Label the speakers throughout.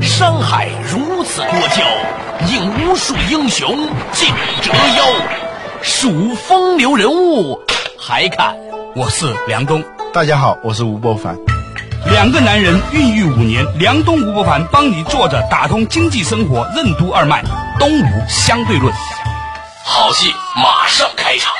Speaker 1: 山海如此多娇，引无数英雄竞折腰。数风流人物，还看
Speaker 2: 我是梁东。
Speaker 3: 大家好，我是吴伯凡。
Speaker 2: 两个男人孕育五年，梁东吴伯凡帮你坐着打通经济生活任督二脉，东吴相对论。
Speaker 1: 好戏马上开场。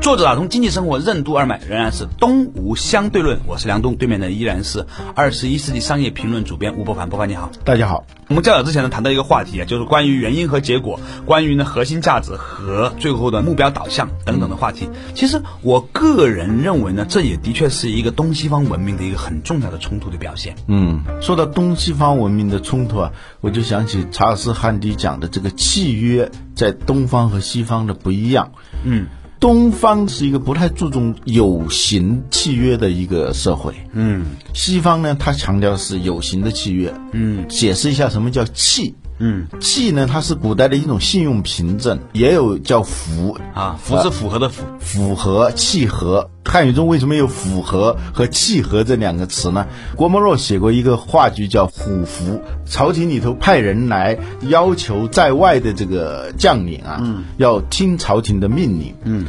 Speaker 2: 作者打通经济生活任督二脉，仍然是东吴相对论。我是梁东，对面的依然是二十一世纪商业评论主编吴伯凡。伯凡你好，
Speaker 3: 大家好。
Speaker 2: 我们较早之前呢谈到一个话题啊，就是关于原因和结果，关于呢核心价值和最后的目标导向等等的话题。其实我个人认为呢，这也的确是一个东西方文明的一个很重要的冲突的表现。
Speaker 3: 嗯，说到东西方文明的冲突啊，我就想起查尔斯·汉迪讲的这个契约在东方和西方的不一样。
Speaker 2: 嗯。
Speaker 3: 东方是一个不太注重有形契约的一个社会，
Speaker 2: 嗯
Speaker 3: 西方呢，它强调是有形的契约。
Speaker 2: 嗯
Speaker 3: 解释一下什么叫契？
Speaker 2: 嗯
Speaker 3: 契呢，它是古代的一种信用凭证，也有叫符
Speaker 2: 啊，符是符合的符。
Speaker 3: 符合、契合。汉语中为什么有符合和契合这两个词呢？郭沫若写过一个话剧叫《虎符》，朝廷里头派人来要求在外的这个将领啊，要听朝廷的命令。嗯。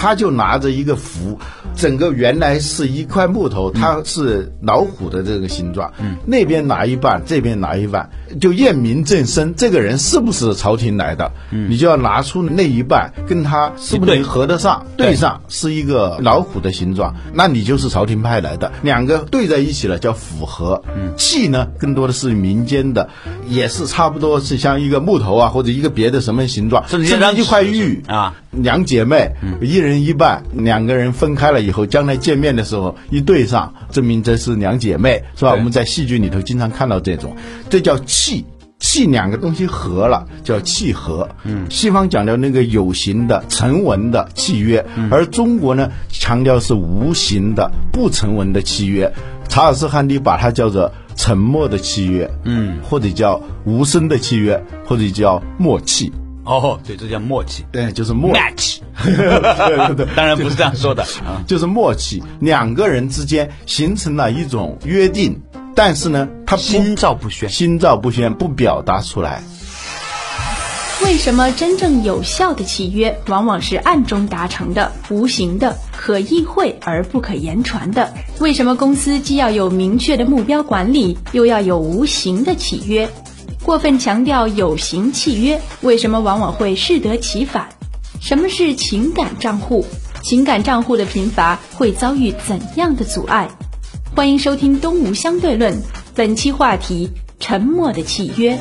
Speaker 3: 他就拿着一个符，整个原来是一块木头，它是老虎的这个形状，嗯、那边拿一半，这边拿一半，就验明正身，这个人是不是朝廷来的，你就要拿出那一半跟他是不
Speaker 2: 对
Speaker 3: 是合得上，
Speaker 2: 对
Speaker 3: 对上是一个老虎的形状，那你就是朝廷派来的，两个对在一起了叫符合，气呢更多的是民间的，也是差不多是像一个木头啊或者一个别的什么形状，
Speaker 2: 甚
Speaker 3: 甚
Speaker 2: 至
Speaker 3: 至
Speaker 2: 像
Speaker 3: 一块
Speaker 2: 纸
Speaker 3: 玉
Speaker 2: 啊。嗯
Speaker 3: 两姐妹，一人一半，两个人分开了以后，将来见面的时候一对上，证明这是两姐妹，是吧？
Speaker 2: 对
Speaker 3: 我们在戏剧里头经常看到这种，这叫契。契两个东西合了，叫契合。嗯，西方讲究那个有形的、成文的契约，
Speaker 2: 嗯
Speaker 3: 而中国呢强调是无形的、不成文的契约。查尔斯·汉迪把它叫做沉默的契约，嗯，或者叫无声的契约，或者叫默契。
Speaker 2: 哦，对，这叫默契。
Speaker 3: 对，哎就是默
Speaker 2: match，
Speaker 3: 对对对，
Speaker 2: 当然不是这样说的啊。
Speaker 3: 就是默契，两个人之间形成了一种约定，但是呢，他不
Speaker 2: 心照不宣
Speaker 3: 心照不宣，不表达出来。
Speaker 4: 为什么真正有效的契约往往是暗中达成的、无形的、可意会而不可言传的？为什么公司既要有明确的目标管理，又要有无形的契约？过分强调有形契约，为什么往往会适得其反？什么是情感账户？情感账户的贫乏会遭遇怎样的阻碍？欢迎收听《东吴相对论》，本期话题：沉默的契约。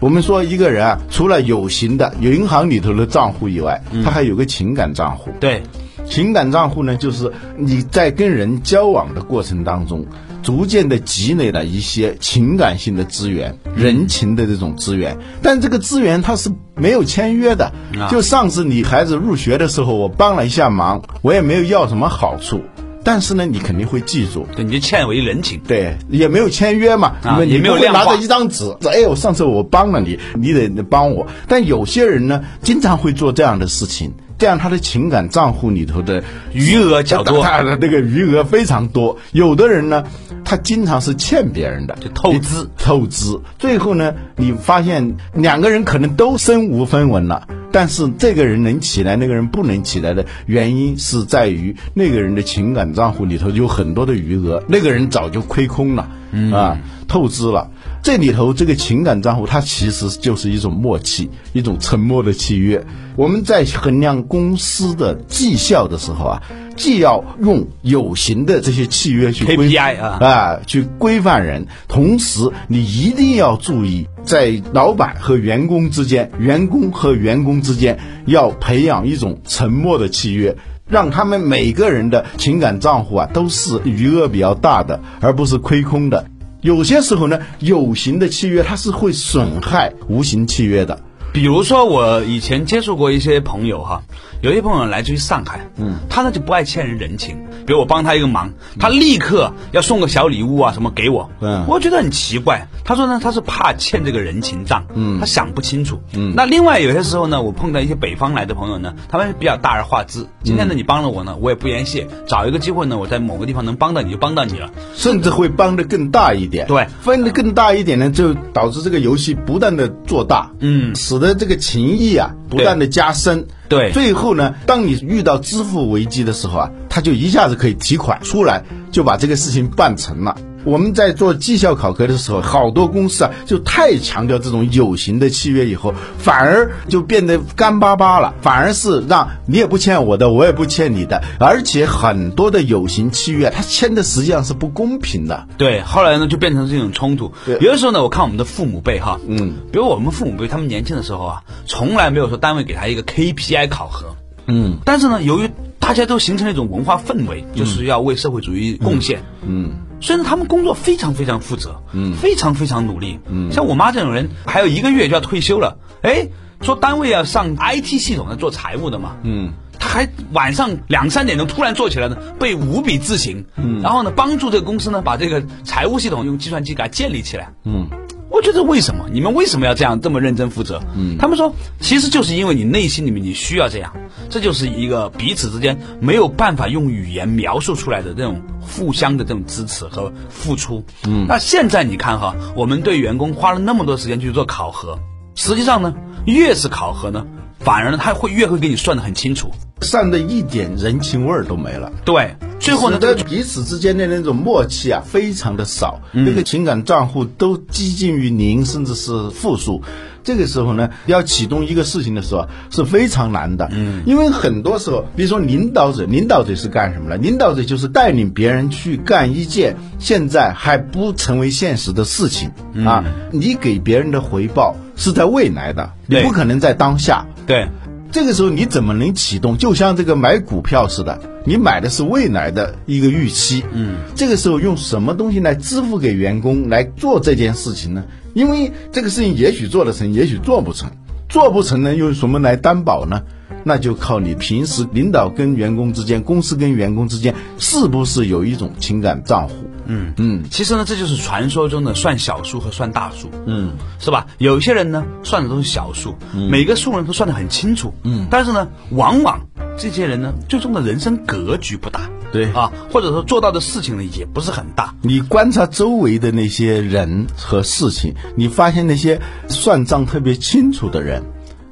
Speaker 3: 我们说一个人啊，除了有形的有银行里头的账户以外，
Speaker 2: 嗯
Speaker 3: 他还有个情感账户。
Speaker 2: 对，
Speaker 3: 情感账户呢，就是你在跟人交往的过程当中，逐渐的积累了一些情感性的资源、人情的这种资源，但这个资源它是没有签约的。就上次你孩子入学的时候，我帮了一下忙，我也没有要什么好处，但是呢，你肯定会记住。
Speaker 2: 对，你就欠我一人情。
Speaker 3: 对，也没有签约嘛，
Speaker 2: 啊
Speaker 3: 你们
Speaker 2: 也没有
Speaker 3: 你不会
Speaker 2: 量
Speaker 3: 拿
Speaker 2: 化
Speaker 3: 着一张纸，说哎呦，上次我帮了你，你得帮我。但有些人呢，经常会做这样的事情，这样他的情感账户里头的
Speaker 2: 余额较多
Speaker 3: 他的那个余额非常多。有的人呢，他经常是欠别人的，
Speaker 2: 就透支，
Speaker 3: 透支。最后呢，你发现两个人可能都身无分文了。但是这个人能起来，那个人不能起来的原因是在于那个人的情感账户里头有很多的余额，那个人早就亏空了，啊，透支了。这里头这个情感账户，它其实就是一种默契，一种沉默的契约。我们在衡量公司的绩效的时候啊，既要用有形的这些契约去规
Speaker 2: KPI 啊
Speaker 3: 啊，去规范人。同时，你一定要注意，在老板和员工之间，员工和员工之间要培养一种沉默的契约。让他们每个人的情感账户啊都是余额比较大的，而不是亏空的。有些时候呢，有形的契约它是会损害无形契约的。
Speaker 2: 比如说，我以前接触过一些朋友哈，有些朋友来自于上海，嗯，他呢就不爱欠人人情。比如我帮他一个忙，他立刻要送个小礼物啊什么给我，
Speaker 3: 嗯
Speaker 2: 我觉得很奇怪，他说呢，他是怕欠这个人情账，
Speaker 3: 嗯
Speaker 2: 他想不清楚，嗯。那另外有些时候呢，我碰到一些北方来的朋友呢，他们比较大而化之。今天呢，你帮了我呢，我也不言谢，找一个机会呢，我在某个地方能帮到你就帮到你了。
Speaker 3: 甚至会帮的更大一点。
Speaker 2: 对
Speaker 3: 分的更大一点呢，就导致这个游戏不断的做大，
Speaker 2: 嗯
Speaker 3: 使得这个情谊啊不断的加深。
Speaker 2: 对
Speaker 3: 最后呢，当你遇到支付危机的时候啊，他就一下子可以提款出来，就把这个事情办成了。我们在做绩效考核的时候，好多公司啊就太强调这种有形的契约，以后反而就变得干巴巴了，反而是让你也不欠我的，我也不欠你的，而且很多的有形契约，它签的实际上是不公平的。
Speaker 2: 对，后来呢就变成这种冲突。
Speaker 3: 对
Speaker 2: 有的时候呢，我看我们的父母辈哈，
Speaker 3: 嗯，
Speaker 2: 比如我们父母辈，他们年轻的时候啊，从来没有说单位给他一个 KPI 考核，
Speaker 3: 嗯，
Speaker 2: 但是呢，由于大家都形成了一种文化氛围，就是要为社会主义贡献，嗯。所以呢，他们工作非常非常负责，嗯，非常非常努力，嗯，像我妈这种人，还有一个月就要退休了，哎，说单位要上 IT 系统的做财务的嘛，嗯，她还晚上两三点钟突然坐起来呢，背五笔字形，嗯，然后呢，帮助这个公司呢把这个财务系统用计算机给它建立起来，嗯，我觉得为什么你们为什么要这样这么认真负责？嗯，他们说其实就是因为你内心里面你需要这样，这就是一个彼此之间没有办法用语言描述出来的这种互相的这种支持和付出。嗯，那现在你看哈，我们对员工花了那么多时间去做考核，实际上呢，越是考核呢，反而呢他会越会给你算得很清楚。
Speaker 3: 散的一点人情味儿都没了。
Speaker 2: 对，最后呢，
Speaker 3: 使得
Speaker 2: 这个
Speaker 3: 彼此之间的那种默契啊，非常的少，
Speaker 2: 嗯
Speaker 3: 那个情感账户都接近于零，甚至是负数。这个时候呢，要启动一个事情的时候啊是非常难的，嗯，因为很多时候，比如说领导者，领导者是干什么呢？领导者就是带领别人去干一件现在还不成为现实的事情、啊，你给别人的回报是在未来的，
Speaker 2: 嗯
Speaker 3: 你
Speaker 2: 对
Speaker 3: 不可能在当下，
Speaker 2: 对。
Speaker 3: 这个时候你怎么能启动？就像这个买股票似的，你买的是未来的一个预期。嗯，这个时候用什么东西来支付给员工来做这件事情呢？因为这个事情也许做得成，也许做不成。做不成呢，用什么来担保呢？那就靠你平时领导跟员工之间，公司跟员工之间，是不是有一种情感账户？嗯嗯，
Speaker 2: 其实呢，这就是传说中的算小数和算大数，嗯，是吧？有些人呢算的都是小数，每个数呢都算得很清楚，嗯，但是呢，往往这些人呢，最终的人生格局不大，
Speaker 3: 对
Speaker 2: 啊，或者说做到的事情呢也不是很大，
Speaker 3: 你观察周围的那些人和事情，你发现那些算账特别清楚的人，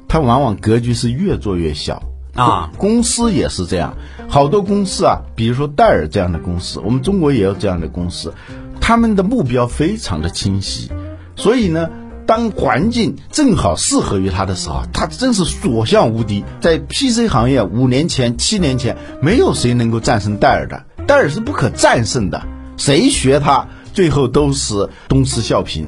Speaker 3: 他往往格局是越做越小
Speaker 2: 啊
Speaker 3: 公司也是这样，好多公司啊，比如说戴尔这样的公司，我们中国也有这样的公司，他们的目标非常的清晰，所以呢。当环境正好适合于他的时候啊，他真是所向无敌。在 PC 行业，五年前、七年前，没有谁能够战胜戴尔的，戴尔是不可战胜的。谁学他，最后都是东施效颦。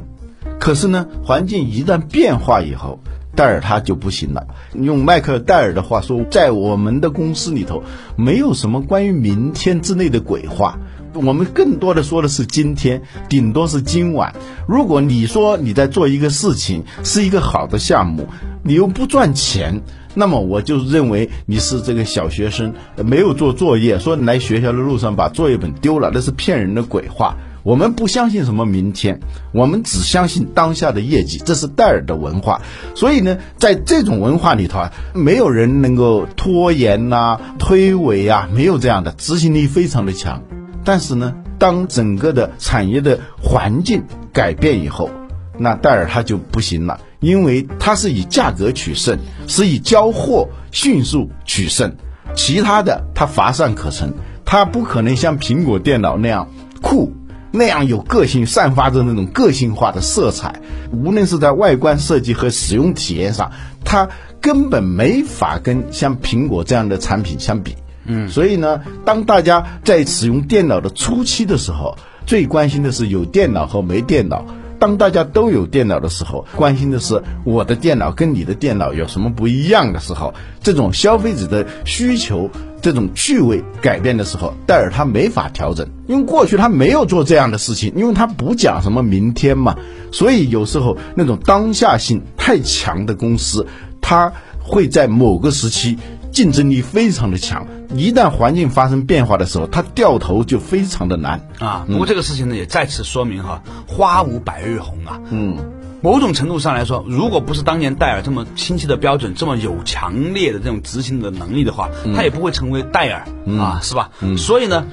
Speaker 3: 可是呢，环境一旦变化以后，戴尔他就不行了。用迈克尔·戴尔的话说，在我们的公司里头，没有什么关于明天之类的鬼话。我们更多的说的是今天，顶多是今晚。如果你说你在做一个事情是一个好的项目，你又不赚钱，那么我就认为你是这个小学生，呃没有做作业，说你来学校的路上把作业本丢了，那是骗人的鬼话。我们不相信什么明天，我们只相信当下的业绩，这是戴尔的文化。所以呢，在这种文化里头啊，没有人能够拖延呐、推诿啊，没有这样的，执行力非常的强。但是呢，当整个的产业的环境改变以后，那戴尔它就不行了，因为它是以价格取胜，是以交货迅速取胜，其他的它乏善可陈，它不可能像苹果电脑那样酷。那样有个性，散发着那种个性化的色彩，无论是在外观设计和使用体验上，它根本没法跟像苹果这样的产品相比。嗯，所以呢，当大家在使用电脑的初期的时候，最关心的是有电脑和没电脑。当大家都有电脑的时候，关心的是我的电脑跟你的电脑有什么不一样的时候，这种消费者的需求、这种趣味改变的时候，戴尔他没法调整，因为过去他没有做这样的事情，因为他不讲什么明天嘛，所以有时候那种当下性太强的公司，它会在某个时期竞争力非常的强，一旦环境发生变化的时候，它掉头就非常的难。
Speaker 2: 啊。不过这个事情呢，也再次说明哈，花无百日红啊。嗯。某种程度上来说，如果不是当年戴尔这么清晰的标准，这么有强烈的这种执行的能力的话，他也不会成为戴尔、啊，是吧？所以呢，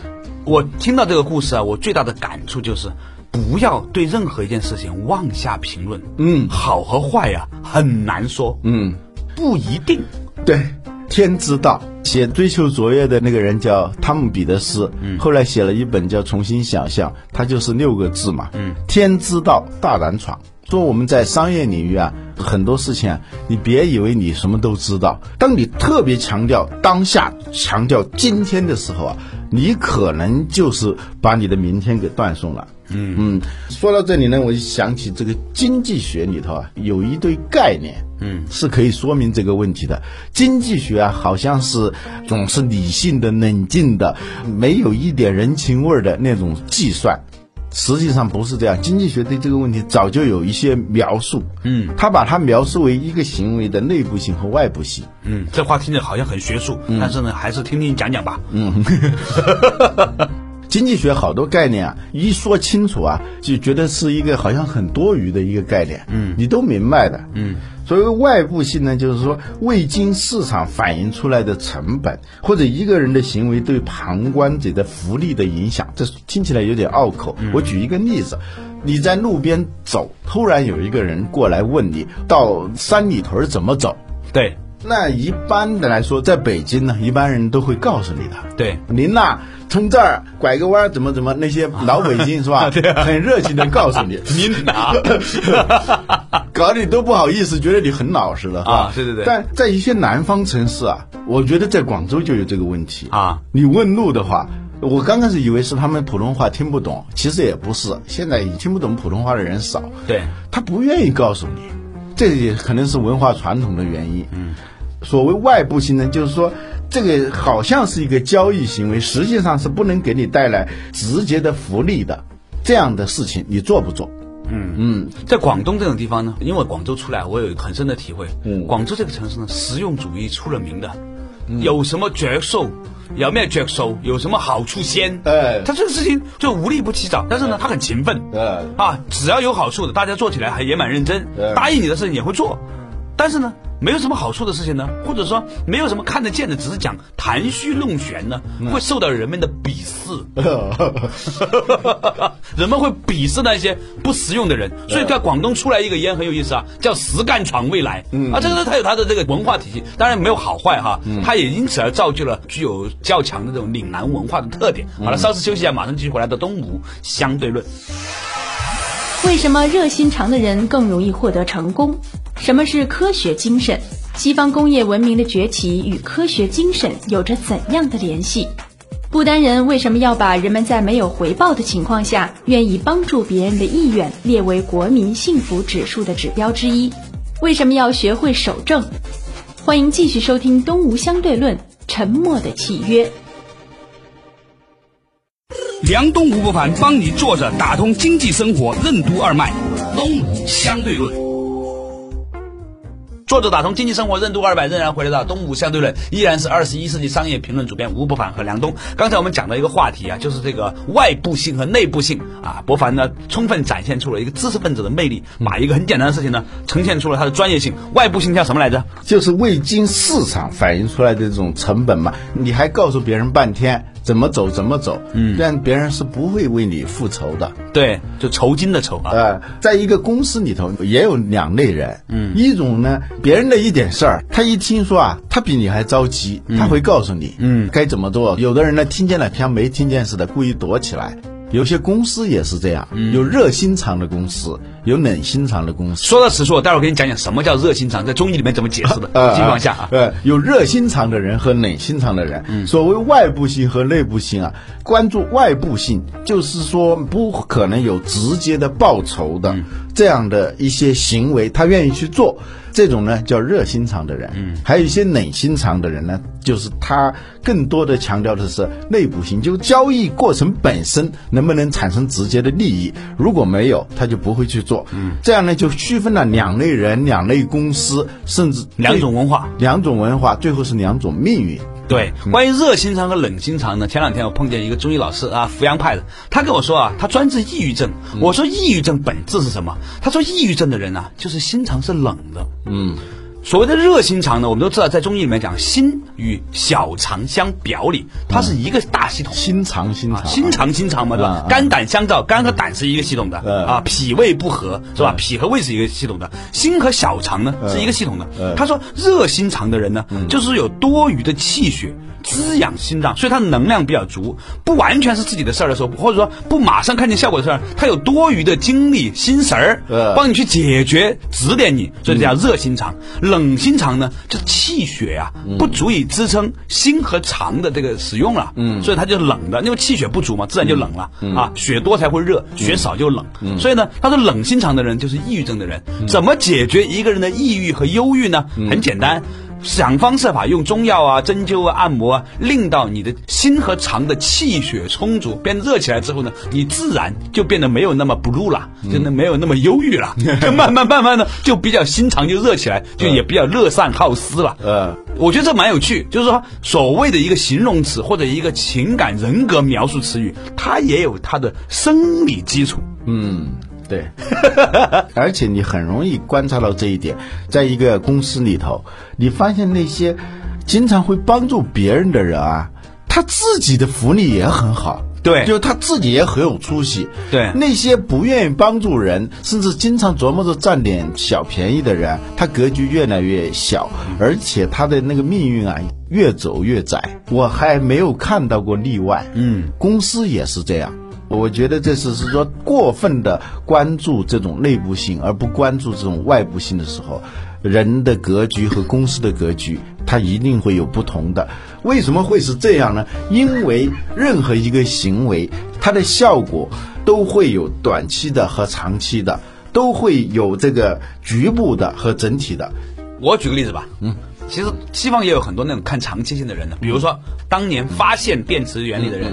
Speaker 2: 我听到这个故事啊，我最大的感触就是。不要对任何一件事情妄下评论，嗯，好和坏呀、很难说，嗯，不一定，
Speaker 3: 对，天之道。写《追求卓越》的那个人叫汤姆·彼得斯，后来写了一本叫《重新想象》，他就是六个字嘛，天之道，大胆闯。说我们在商业领域啊，很多事情啊，你别以为你什么都知道。当你特别强调当下、强调今天的时候啊，你可能就是把你的明天给断送了。嗯嗯，说到这里呢，我就想起这个经济学里头啊，有一堆概念，嗯，是可以说明这个问题的。经济学啊，好像是总是理性的、冷静的，没有一点人情味儿的那种计算。实际上不是这样，经济学对这个问题早就有一些描述。嗯，他把它描述为一个行为的内部性和外部性。
Speaker 2: 嗯，这话听着好像很学术，但是呢，还是听听讲讲吧。
Speaker 3: 经济学好多概念啊，一说清楚啊，就觉得是一个好像很多余的一个概念。嗯，你都明白的。嗯，所谓外部性呢，就是说未经市场反映出来的成本，或者一个人的行为对旁观者的福利的影响。这听起来有点拗口。我举一个例子。你在路边走，突然有一个人过来问你到三里屯怎么走，
Speaker 2: 对
Speaker 3: 那一般的来说，在北京呢，一般人都会告诉你的。
Speaker 2: 对，
Speaker 3: 您呐、从这儿拐个弯儿怎么怎么，那些老北京是吧？ 对、
Speaker 2: 啊
Speaker 3: 很热情的告诉你，
Speaker 2: 您 拿
Speaker 3: 搞得你都不好意思，觉得你很老实了，是吧？
Speaker 2: 啊对对对
Speaker 3: 但在一些南方城市啊，我觉得在广州就有这个问题
Speaker 2: 啊。
Speaker 3: 你问路的话。我刚开始以为是他们普通话听不懂，其实也不是。现在听不懂普通话的人少，
Speaker 2: 对
Speaker 3: 他不愿意告诉你，这也可能是文化传统的原因。嗯，所谓外部性呢，就是说这个好像是一个交易行为，实际上是不能给你带来直接的福利的。这样的事情你做不 做？
Speaker 2: 在广东这种地方呢，因为广州出来，我有很深的体会。
Speaker 3: 嗯
Speaker 2: 广州这个城市呢，实用主义出了名的，有什么着数，有咩着数，有什么好处先。
Speaker 3: 哎
Speaker 2: 他这个事情就无利不起早，但是呢，他很勤奋。
Speaker 3: 哎
Speaker 2: 啊，只要有好处的，大家做起来还也蛮认真
Speaker 3: 哎，
Speaker 2: 答应你的事情也会做，但是呢。没有什么好处的事情呢，或者说没有什么看得见的，只是讲谈虚论玄呢，
Speaker 3: 嗯
Speaker 2: 会受到人们的鄙视。 人们会鄙视那些不实用的人，所以在广东出来一个烟很有意思啊，叫“实干闯未来”。啊，这个呢，它有它的这个文化体系，当然没有好坏哈，它也因此而造就了具有较强的这种岭南文化的特点。好了，稍事休息一下，马上继续回来到东吴相对论。
Speaker 4: 为什么热心肠的人更容易获得成功？什么是科学精神？西方工业文明的崛起与科学精神有着怎样的联系？不丹人为什么要把人们在没有回报的情况下愿意帮助别人的意愿列为国民幸福指数的指标之一？为什么要学会守正？欢迎继续收听《东吴相对论：沉默的契约》。
Speaker 1: 梁东吴不凡帮你坐着打通经济生活任督二脉，东吴相对论。
Speaker 2: 作者打通经济生活任督二百，仍然回来到东吴相对论，依然是二十一世纪商业评论主编吴伯凡和梁东。刚才我们讲到一个话题啊，就是这个外部性和内部性啊。伯凡呢，充分展现出了一个知识分子的魅力，把一个很简单的事情呢，呈现出了他的专业性。外部性叫什么来着？
Speaker 3: 就是未经市场反映出来的这种成本嘛，你还告诉别人半天怎么走怎么走，嗯，但别人是不会为你复仇的。
Speaker 2: 对，就酬金的酬啊。
Speaker 3: 呃，在一个公司里头也有两类人，嗯，一种呢，别人的一点事儿，他一听说啊，他比你还着急，他会告诉你，嗯，该怎么做。有的人呢，听见了像没听见似的，故意躲起来。有些公司也是这样，有热心肠的公司，有冷心肠的公司。
Speaker 2: 说到此处，我待会儿给你讲讲什么叫热心肠，在中医里面怎么解释的。继续往 下啊。
Speaker 3: 呃，有热心肠的人和冷心肠的人。所谓外部性和内部性啊，关注外部性，就是说不可能有直接的报酬的。这样的一些行为，他愿意去做，这种呢叫热心肠的人。嗯，还有一些冷心肠的人呢，就是他更多的强调的是内部性，就是交易过程本身能不能产生直接的利益，如果没有，他就不会去做。嗯，这样呢就区分了两类人、两类公司，甚至
Speaker 2: 两种文化。
Speaker 3: 两种文化，最后是两种命运。
Speaker 2: 对，关于热心肠和冷心肠呢，前两天我碰见一个中医老师啊，扶阳派的，他跟我说啊，他专治抑郁症。我说抑郁症本质是什么？他说抑郁症的人啊，就是心肠是冷的。嗯，所谓的热心肠呢，我们都知道，在中医里面讲心与小肠相表里，它是一个大系统。
Speaker 3: 心肠，心肠，
Speaker 2: 啊，心肠心肠嘛，对吧
Speaker 3: 啊？啊
Speaker 2: 肝胆相照，肝和胆是一个系统的
Speaker 3: 嗯
Speaker 2: 啊，脾胃不和是吧？脾和胃是一个系统的，心和小肠呢
Speaker 3: 嗯
Speaker 2: 是一个系统的。他说热心肠的人呢，就是有多余的气血滋养心脏，所以他能量比较足，不完全是自己的事儿的时候，或者说不马上看见效果的事儿，他有多余的精力、心神儿
Speaker 3: 嗯
Speaker 2: 帮你去解决、指点你，所以这叫热心肠。冷心肠呢，就气血啊
Speaker 3: 嗯
Speaker 2: 不足以支撑心和肠的这个使用了，嗯，所以它就冷的，因为气血不足嘛，自然就冷了、啊，血多才会热，血少就冷。所以呢，他说冷心肠的人就是抑郁症的人。怎么解决一个人的抑郁和忧郁呢？很简单。想方设法用中药啊、针灸啊、按摩啊，令到你的心和肠的气血充足，变热起来之后呢，你自然就变得没有那么 blue 了，就那没有那么忧郁了，就慢慢慢慢的就比较心肠就热起来，就也比较乐善好施了。
Speaker 3: 呃，
Speaker 2: 我觉得这蛮有趣，就是说所谓的一个形容词或者一个情感人格描述词语，它也有它的生理基础。
Speaker 3: 对， 而且你很容易观察到这一点，在一个公司里头，你发现那些经常会帮助别人的人啊，他自己的福利也很好。
Speaker 2: 对
Speaker 3: 就是他自己也很有出息。
Speaker 2: 对
Speaker 3: 那些不愿意帮助人，甚至经常琢磨着占点小便宜的人，他格局越来越小，而且他的那个命运啊，越走越窄。我还没有看到过例外。嗯，公司也是这样。我觉得这是是说过分的关注这种内部性，而不关注这种外部性的时候，人的格局和公司的格局，它一定会有不同的。为什么会是这样呢？因为任何一个行为，它的效果都会有短期的和长期的，都会有这个局部的和整体的。
Speaker 2: 我举个例子吧，嗯，其实西方也有很多那种看长期性的人的，比如说当年发现电池原理的人。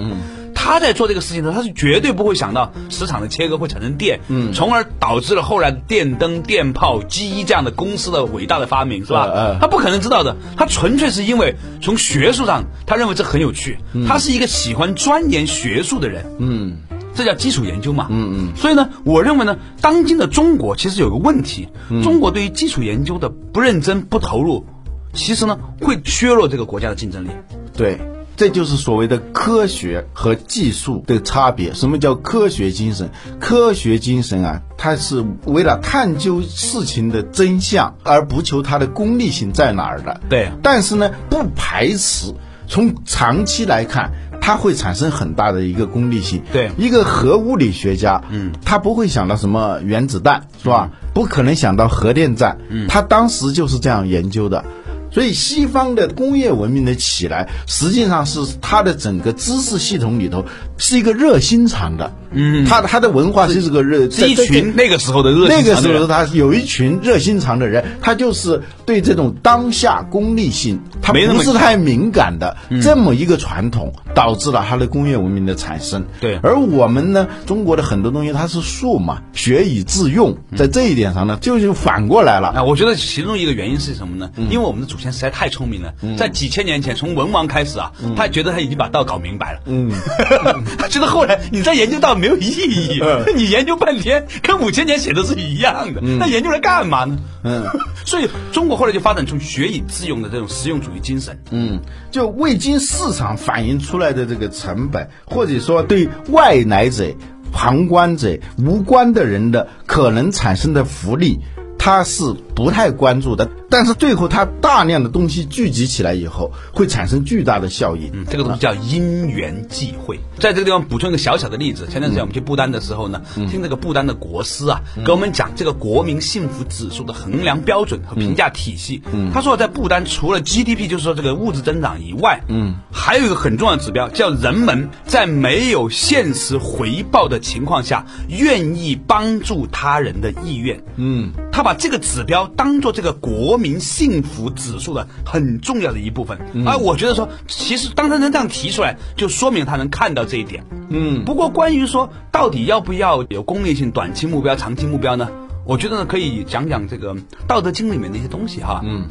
Speaker 2: 他在做这个事情的时候，他是绝对不会想到磁场的切割会产生电，嗯，从而导致了后来的电灯、电炮、机这样的公司的伟大的发明，是吧？
Speaker 3: 嗯嗯
Speaker 2: 他不可能知道的，他纯粹是因为从学术上，他认为这很有趣，他是一个喜欢钻研学术的人，嗯，这叫基础研究嘛，嗯嗯。所以呢，我认为呢，当今的中国其实有个问题，
Speaker 3: 嗯
Speaker 2: 中国对于基础研究的不认真、不投入，其实呢会削弱这个国家的竞争力。
Speaker 3: 对，这就是所谓的科学和技术的差别。什么叫科学精神？科学精神啊，它是为了探究事情的真相，而不求它的功利性在哪儿的。
Speaker 2: 对
Speaker 3: 但是呢，不排斥从长期来看。它会产生很大的一个功利性。
Speaker 2: 对
Speaker 3: 一个核物理学家，嗯，他不会想到什么原子弹，是吧？不可能想到核电站，嗯，他当时就是这样研究的。所以，西方的工业文明的起来，实际上是它的整个知识系统里头是一个热心肠的，嗯，它它的文化是个热，
Speaker 2: 是一
Speaker 3: 在
Speaker 2: 群那个时候的热
Speaker 3: 那
Speaker 2: 心
Speaker 3: 个
Speaker 2: 肠的
Speaker 3: 时候
Speaker 2: 人，
Speaker 3: 他有一群热心肠的人，他就是对这种当下功利性，他
Speaker 2: 没那么嗯
Speaker 3: 不是太敏感的这么一个传统，导致了它的工业文明的产生。
Speaker 2: 对
Speaker 3: 而我们呢，中国的很多东西它是术嘛，学以致用，
Speaker 2: 嗯
Speaker 3: 在这一点上呢，就是反过来了。
Speaker 2: 啊，我觉得其中一个原因是什么呢？因为我们的祖先实在太聪明了，在几千年前，从文王开始啊，他觉得他已经把道搞明白了。嗯， 他觉得后来你再研究道没有意义，你研究半天跟五千年写的是一样的，那研究来干嘛呢？嗯， 所以中国后来就发展出学以致用的这种实用主义精神。
Speaker 3: 嗯，就未经市场反映出来的这个成本，或者说对外来者、旁观者、无关的人的可能产生的福利。它他是不太关注的，但是最后他大量的东西聚集起来以后，会产生巨大的效应。
Speaker 2: 嗯，这个东西叫因缘际会。在这个地方补充一个小小的例子，前段时间我们去不丹的时候呢，听这个不丹的国师啊，给我们讲这个国民幸福指数的衡量标准和评价体系。他说在不丹除了 GDP，就是说这个物质增长以外，嗯，还有一个很重要的指标叫人们在没有现实回报的情况下，愿意帮助他人的意愿。嗯，他把这个指标当做这个国民幸福指数的很重要的一部分。而我觉得说，其实当他能这样提出来，就说明他能看到这一点。嗯，不过关于说到底要不要有功利性、短期目标、长期目标呢？我觉得呢，可以讲讲这个《道德经》里面的一些东西哈。嗯，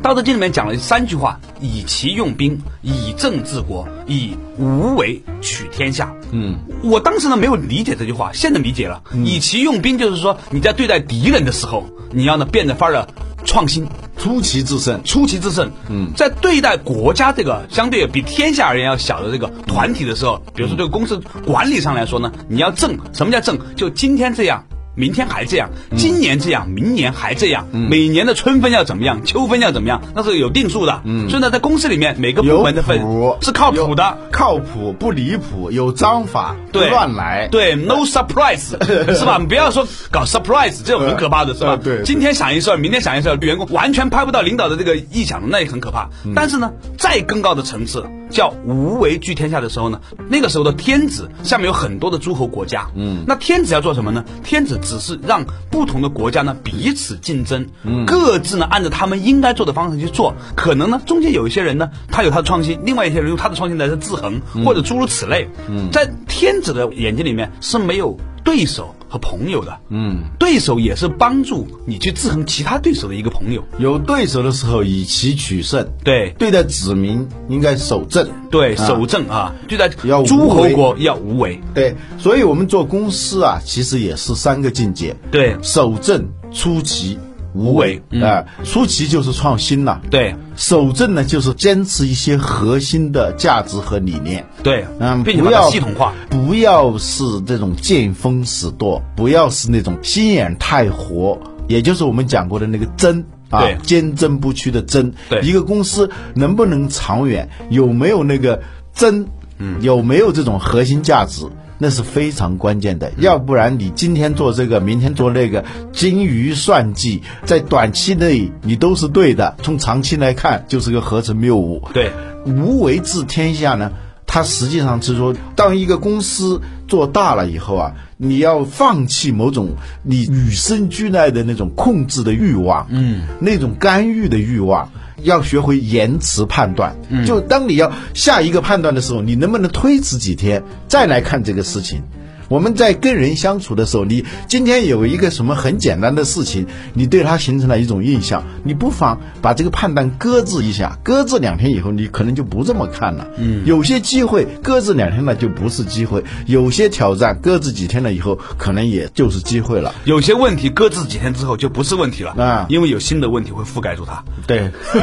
Speaker 2: 《道德经》里面讲了三句话：以其用兵，以政治国，以无为取天下。嗯，我当时呢没有理解这句话，现在理解了。
Speaker 3: 嗯
Speaker 2: 以其用兵就是说你在对待敌人的时候，你要呢变着法儿的创新。
Speaker 3: 出奇制胜，
Speaker 2: 出奇制胜。嗯，在对待国家这个相对比天下而言要小的这个团体的时候，比如说对公司管理上来说呢，你要正。什么叫正？就今天这样。明天还这样，
Speaker 3: 嗯
Speaker 2: 今年这样，明年还这样，每年的春分要怎么样，秋分要怎么样，那是有定数的。嗯，所以呢，在公司里面每个部
Speaker 3: 有
Speaker 2: 门的份
Speaker 3: 谱
Speaker 2: 是靠谱的，
Speaker 3: 有靠谱不离谱，有章法，不
Speaker 2: 对，
Speaker 3: 乱来。
Speaker 2: 对，no surprise，是吧？你不要说搞 surprise，这种很可怕的是吧？
Speaker 3: 呃对对
Speaker 2: 今天想一事儿，明天想一事儿，员工完全拍不到领导的这个意想，那也很可怕。
Speaker 3: 嗯
Speaker 2: 但是呢，再更高的层次叫无为居天下的时候呢，那个时候的天子下面有很多的诸侯国家，嗯，那天子要做什么呢？天子只是让不同的国家呢彼此竞争，
Speaker 3: 嗯
Speaker 2: 各自呢按照他们应该做的方式去做，可能呢中间有一些人呢他有他的创新，另外一些人用他的创新来制衡，
Speaker 3: 嗯
Speaker 2: 或者诸如此类，在天子的眼睛里面是没有对手。和朋友的，嗯，对手也是帮助你去制衡其他对手的一个朋友。
Speaker 3: 有对手的时候以奇取胜，
Speaker 2: 对
Speaker 3: 对待子民应该守正。
Speaker 2: 对，
Speaker 3: 啊
Speaker 2: 守正啊，就在
Speaker 3: 要无
Speaker 2: 诸侯
Speaker 3: 为
Speaker 2: 国要无为。
Speaker 3: 对，所以我们做公司啊，其实也是三个境界。
Speaker 2: 对
Speaker 3: 守正、出奇、无为
Speaker 2: 嗯
Speaker 3: 啊、出奇就是创新了、
Speaker 2: 对
Speaker 3: 守正呢就是坚持一些核心的价值和理念。
Speaker 2: 对，
Speaker 3: 嗯，
Speaker 2: 并且
Speaker 3: 不
Speaker 2: 把它
Speaker 3: 要
Speaker 2: 系统化。，
Speaker 3: 不要是这种见风使舵，不要是那种心眼太活，也就是我们讲过的那个争。啊
Speaker 2: 对，
Speaker 3: 坚贞不屈的争，
Speaker 2: 对
Speaker 3: 一个公司能不能长远，有没有那个争，嗯，有没有这种核心价值，那是非常关键
Speaker 2: 嗯
Speaker 3: 的。要不然你今天做这个，明天做那个，精于算计，在短期内你都是对的，从长期来看就是个合成谬误。
Speaker 2: 对，
Speaker 3: 无为治天下呢？它实际上是说，当一个公司做大了以后啊，你要放弃某种你与生俱来的那种控制的欲望，嗯，那种干预的欲望，要学会延迟判断。嗯、就当你要下一个判断的时候，你能不能推迟几天再来看这个事情？我们在跟人相处的时候，你今天有一个什么很简单的事情，你对它形成了一种印象，你不妨把这个判断搁置一下，搁置两天以后，你可能就不这么看了。嗯，有些机会搁置两天了就不是机会，有些挑战搁置几天了以后，可能也就是机会了。
Speaker 2: 有些问题搁置几天之后就不是问题了，
Speaker 3: 啊
Speaker 2: 因为有新的问题会覆盖住它。
Speaker 3: 对，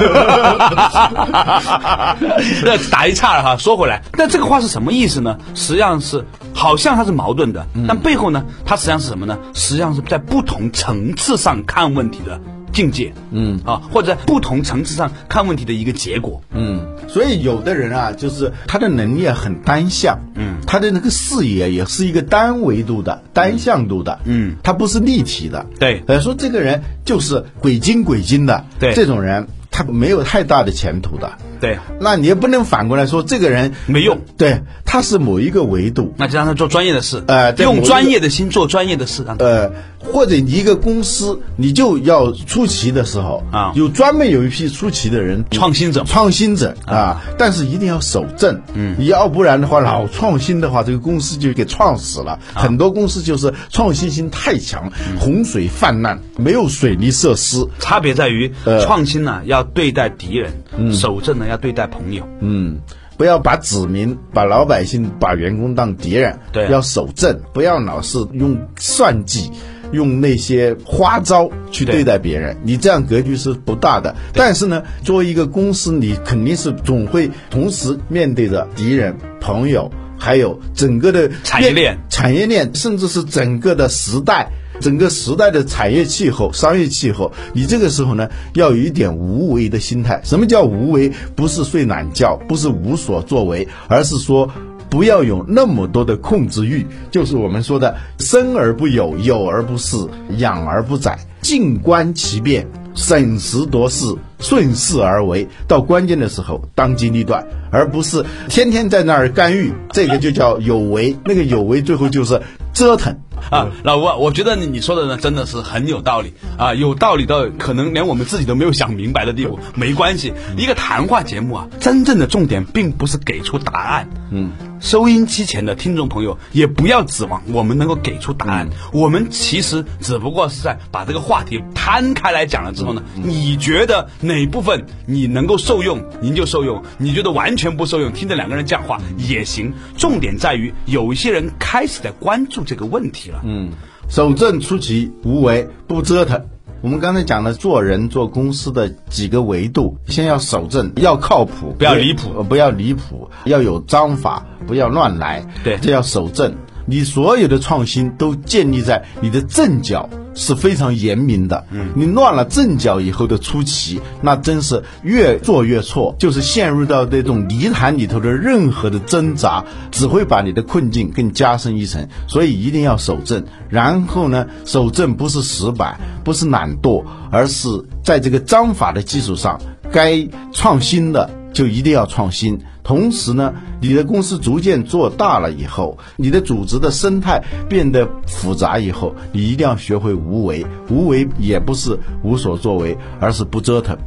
Speaker 2: 那打一岔了哈，说回来，那这个话是什么意思呢？实际上是好像它是矛盾的，
Speaker 3: 嗯
Speaker 2: 但背后呢，它实际上是什么呢？实际上是在不同层次上看问题的境界，嗯啊，或者在不同层次上看问题的一个结果，
Speaker 3: 嗯，所以有的人啊，就是他的能力啊很单向，嗯，他的那个视野也是一个单维度的、单向度的，
Speaker 2: 嗯，
Speaker 3: 他不是立体的，
Speaker 2: 对
Speaker 3: 呃，说这个人就是鬼精鬼精的，
Speaker 2: 对
Speaker 3: 这种人他没有太大的前途的，
Speaker 2: 对，
Speaker 3: 那你也不能反过来说这个人
Speaker 2: 没用，
Speaker 3: 对，他是某一个维度，
Speaker 2: 那就让他做专业的事，
Speaker 3: 呃对
Speaker 2: 用
Speaker 3: 我
Speaker 2: 专业的心做专业的事，让他
Speaker 3: 呃，或者你一个公司，你就要出奇的时候
Speaker 2: 啊
Speaker 3: 有专门有一批出奇的人，
Speaker 2: 创新者
Speaker 3: 创新者啊，但是一定要守正，嗯，要不然的话，老创新的话，这个公司就给创死了。
Speaker 2: 啊
Speaker 3: 很多公司就是创新性太强，
Speaker 2: 嗯
Speaker 3: 洪水泛滥，没有水泥设施，
Speaker 2: 差别在于
Speaker 3: 呃
Speaker 2: 创新呢要对待敌人，守正呢要对待朋友。
Speaker 3: 嗯，不要把子民、把老百姓、把员工当敌人，
Speaker 2: 对
Speaker 3: 要守正，不要老是用算计。用那些花招去
Speaker 2: 对
Speaker 3: 对待别人，你这样格局是不大的。但是呢，作为一个公司，你肯定是总会同时面对着敌人、朋友，还有整个的
Speaker 2: 产业
Speaker 3: 面
Speaker 2: 链
Speaker 3: 产业链，甚至是整个的时代。整个时代的产业气候、商业气候，你这个时候呢，要有一点无为的心态。什么叫无为？不是睡懒觉，不是无所作为，而是说。不要有那么多的控制欲，就是我们说的“生而不有，有而不恃，养而不宰”，静观其变，审时度势，顺势而为。到关键的时候，当机立断，而不是天天在那儿干预。这个就叫有为，那个有为最后就是折腾。
Speaker 2: 啊，老吴啊，我觉得你你说的呢真的是很有道理啊，有道理到可能连我们自己都没有想明白的地步。没关系，一个谈话节目啊，真正的重点并不是给出答案。嗯，收音机前的听众朋友也不要指望我们能够给出答案，我们其实只不过是在把这个话题摊开来讲了之后呢，你觉得哪部分你能够受用，您就受用；你觉得完全不受用，听着两个人讲话也行。重点在于有一些人开始在关注这个问题了。嗯，
Speaker 3: 守正出奇，无为不折腾。我们刚才讲了做人、做公司的几个维度，先要守正，要靠谱，
Speaker 2: 不要离谱
Speaker 3: 呃不要离谱，要有章法，不要乱来。
Speaker 2: 对
Speaker 3: 这要守正。你所有的创新都建立在你的阵脚是非常严明的。嗯，你乱了阵脚以后的出奇，那真是越做越错，就是陷入到这种泥潭里头的任何的挣扎，只会把你的困境更加深一层。所以一定要守正，然后呢，守正不是死板，不是懒惰，而是在这个章法的基础上，该创新的就一定要创新。同时呢，你的公司逐渐做大了以后，你的组织的生态变得复杂以后，你一定要学会无为。无为也不是无所作为，而是不折腾。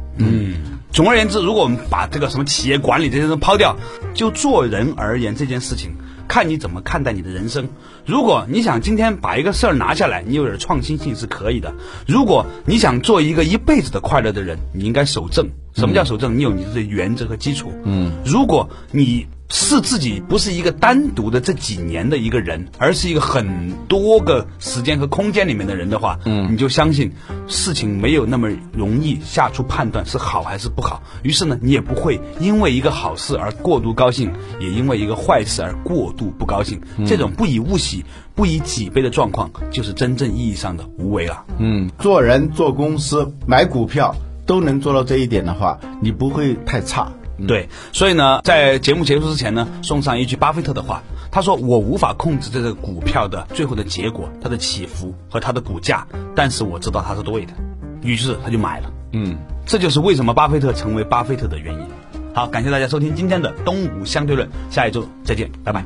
Speaker 2: 总而言之，如果我们把这个什么企业管理这些东西抛掉，就做人而言这件事情，看你怎么看待你的人生。如果你想今天把一个事儿拿下来，你有点创新性是可以的；如果你想做一个一辈子的快乐的人，你应该守正。什么叫守正？你有你的原则和基础。嗯，如果你是自己不是一个单独的这几年的一个人，而是一个很多个时间和空间里面的人的话，嗯，你就相信事情没有那么容易下出判断是好还是不好。于是呢，你也不会因为一个好事而过度高兴，也因为一个坏事而过度不高兴。这种不以物喜，不以己悲的状况，就是真正意义上的无为了。
Speaker 3: 嗯，做人、做公司、买股票都能做到这一点的话，你不会太差。
Speaker 2: 对，所以呢，在节目结束之前呢，送上一句巴菲特的话，他说：“我无法控制这个股票的最后的结果，它的起伏和它的股价，但是我知道它是对的。”于是他就买了。嗯，这就是为什么巴菲特成为巴菲特的原因。好，感谢大家收听今天的《东吴相对论》，下一周再见，拜拜。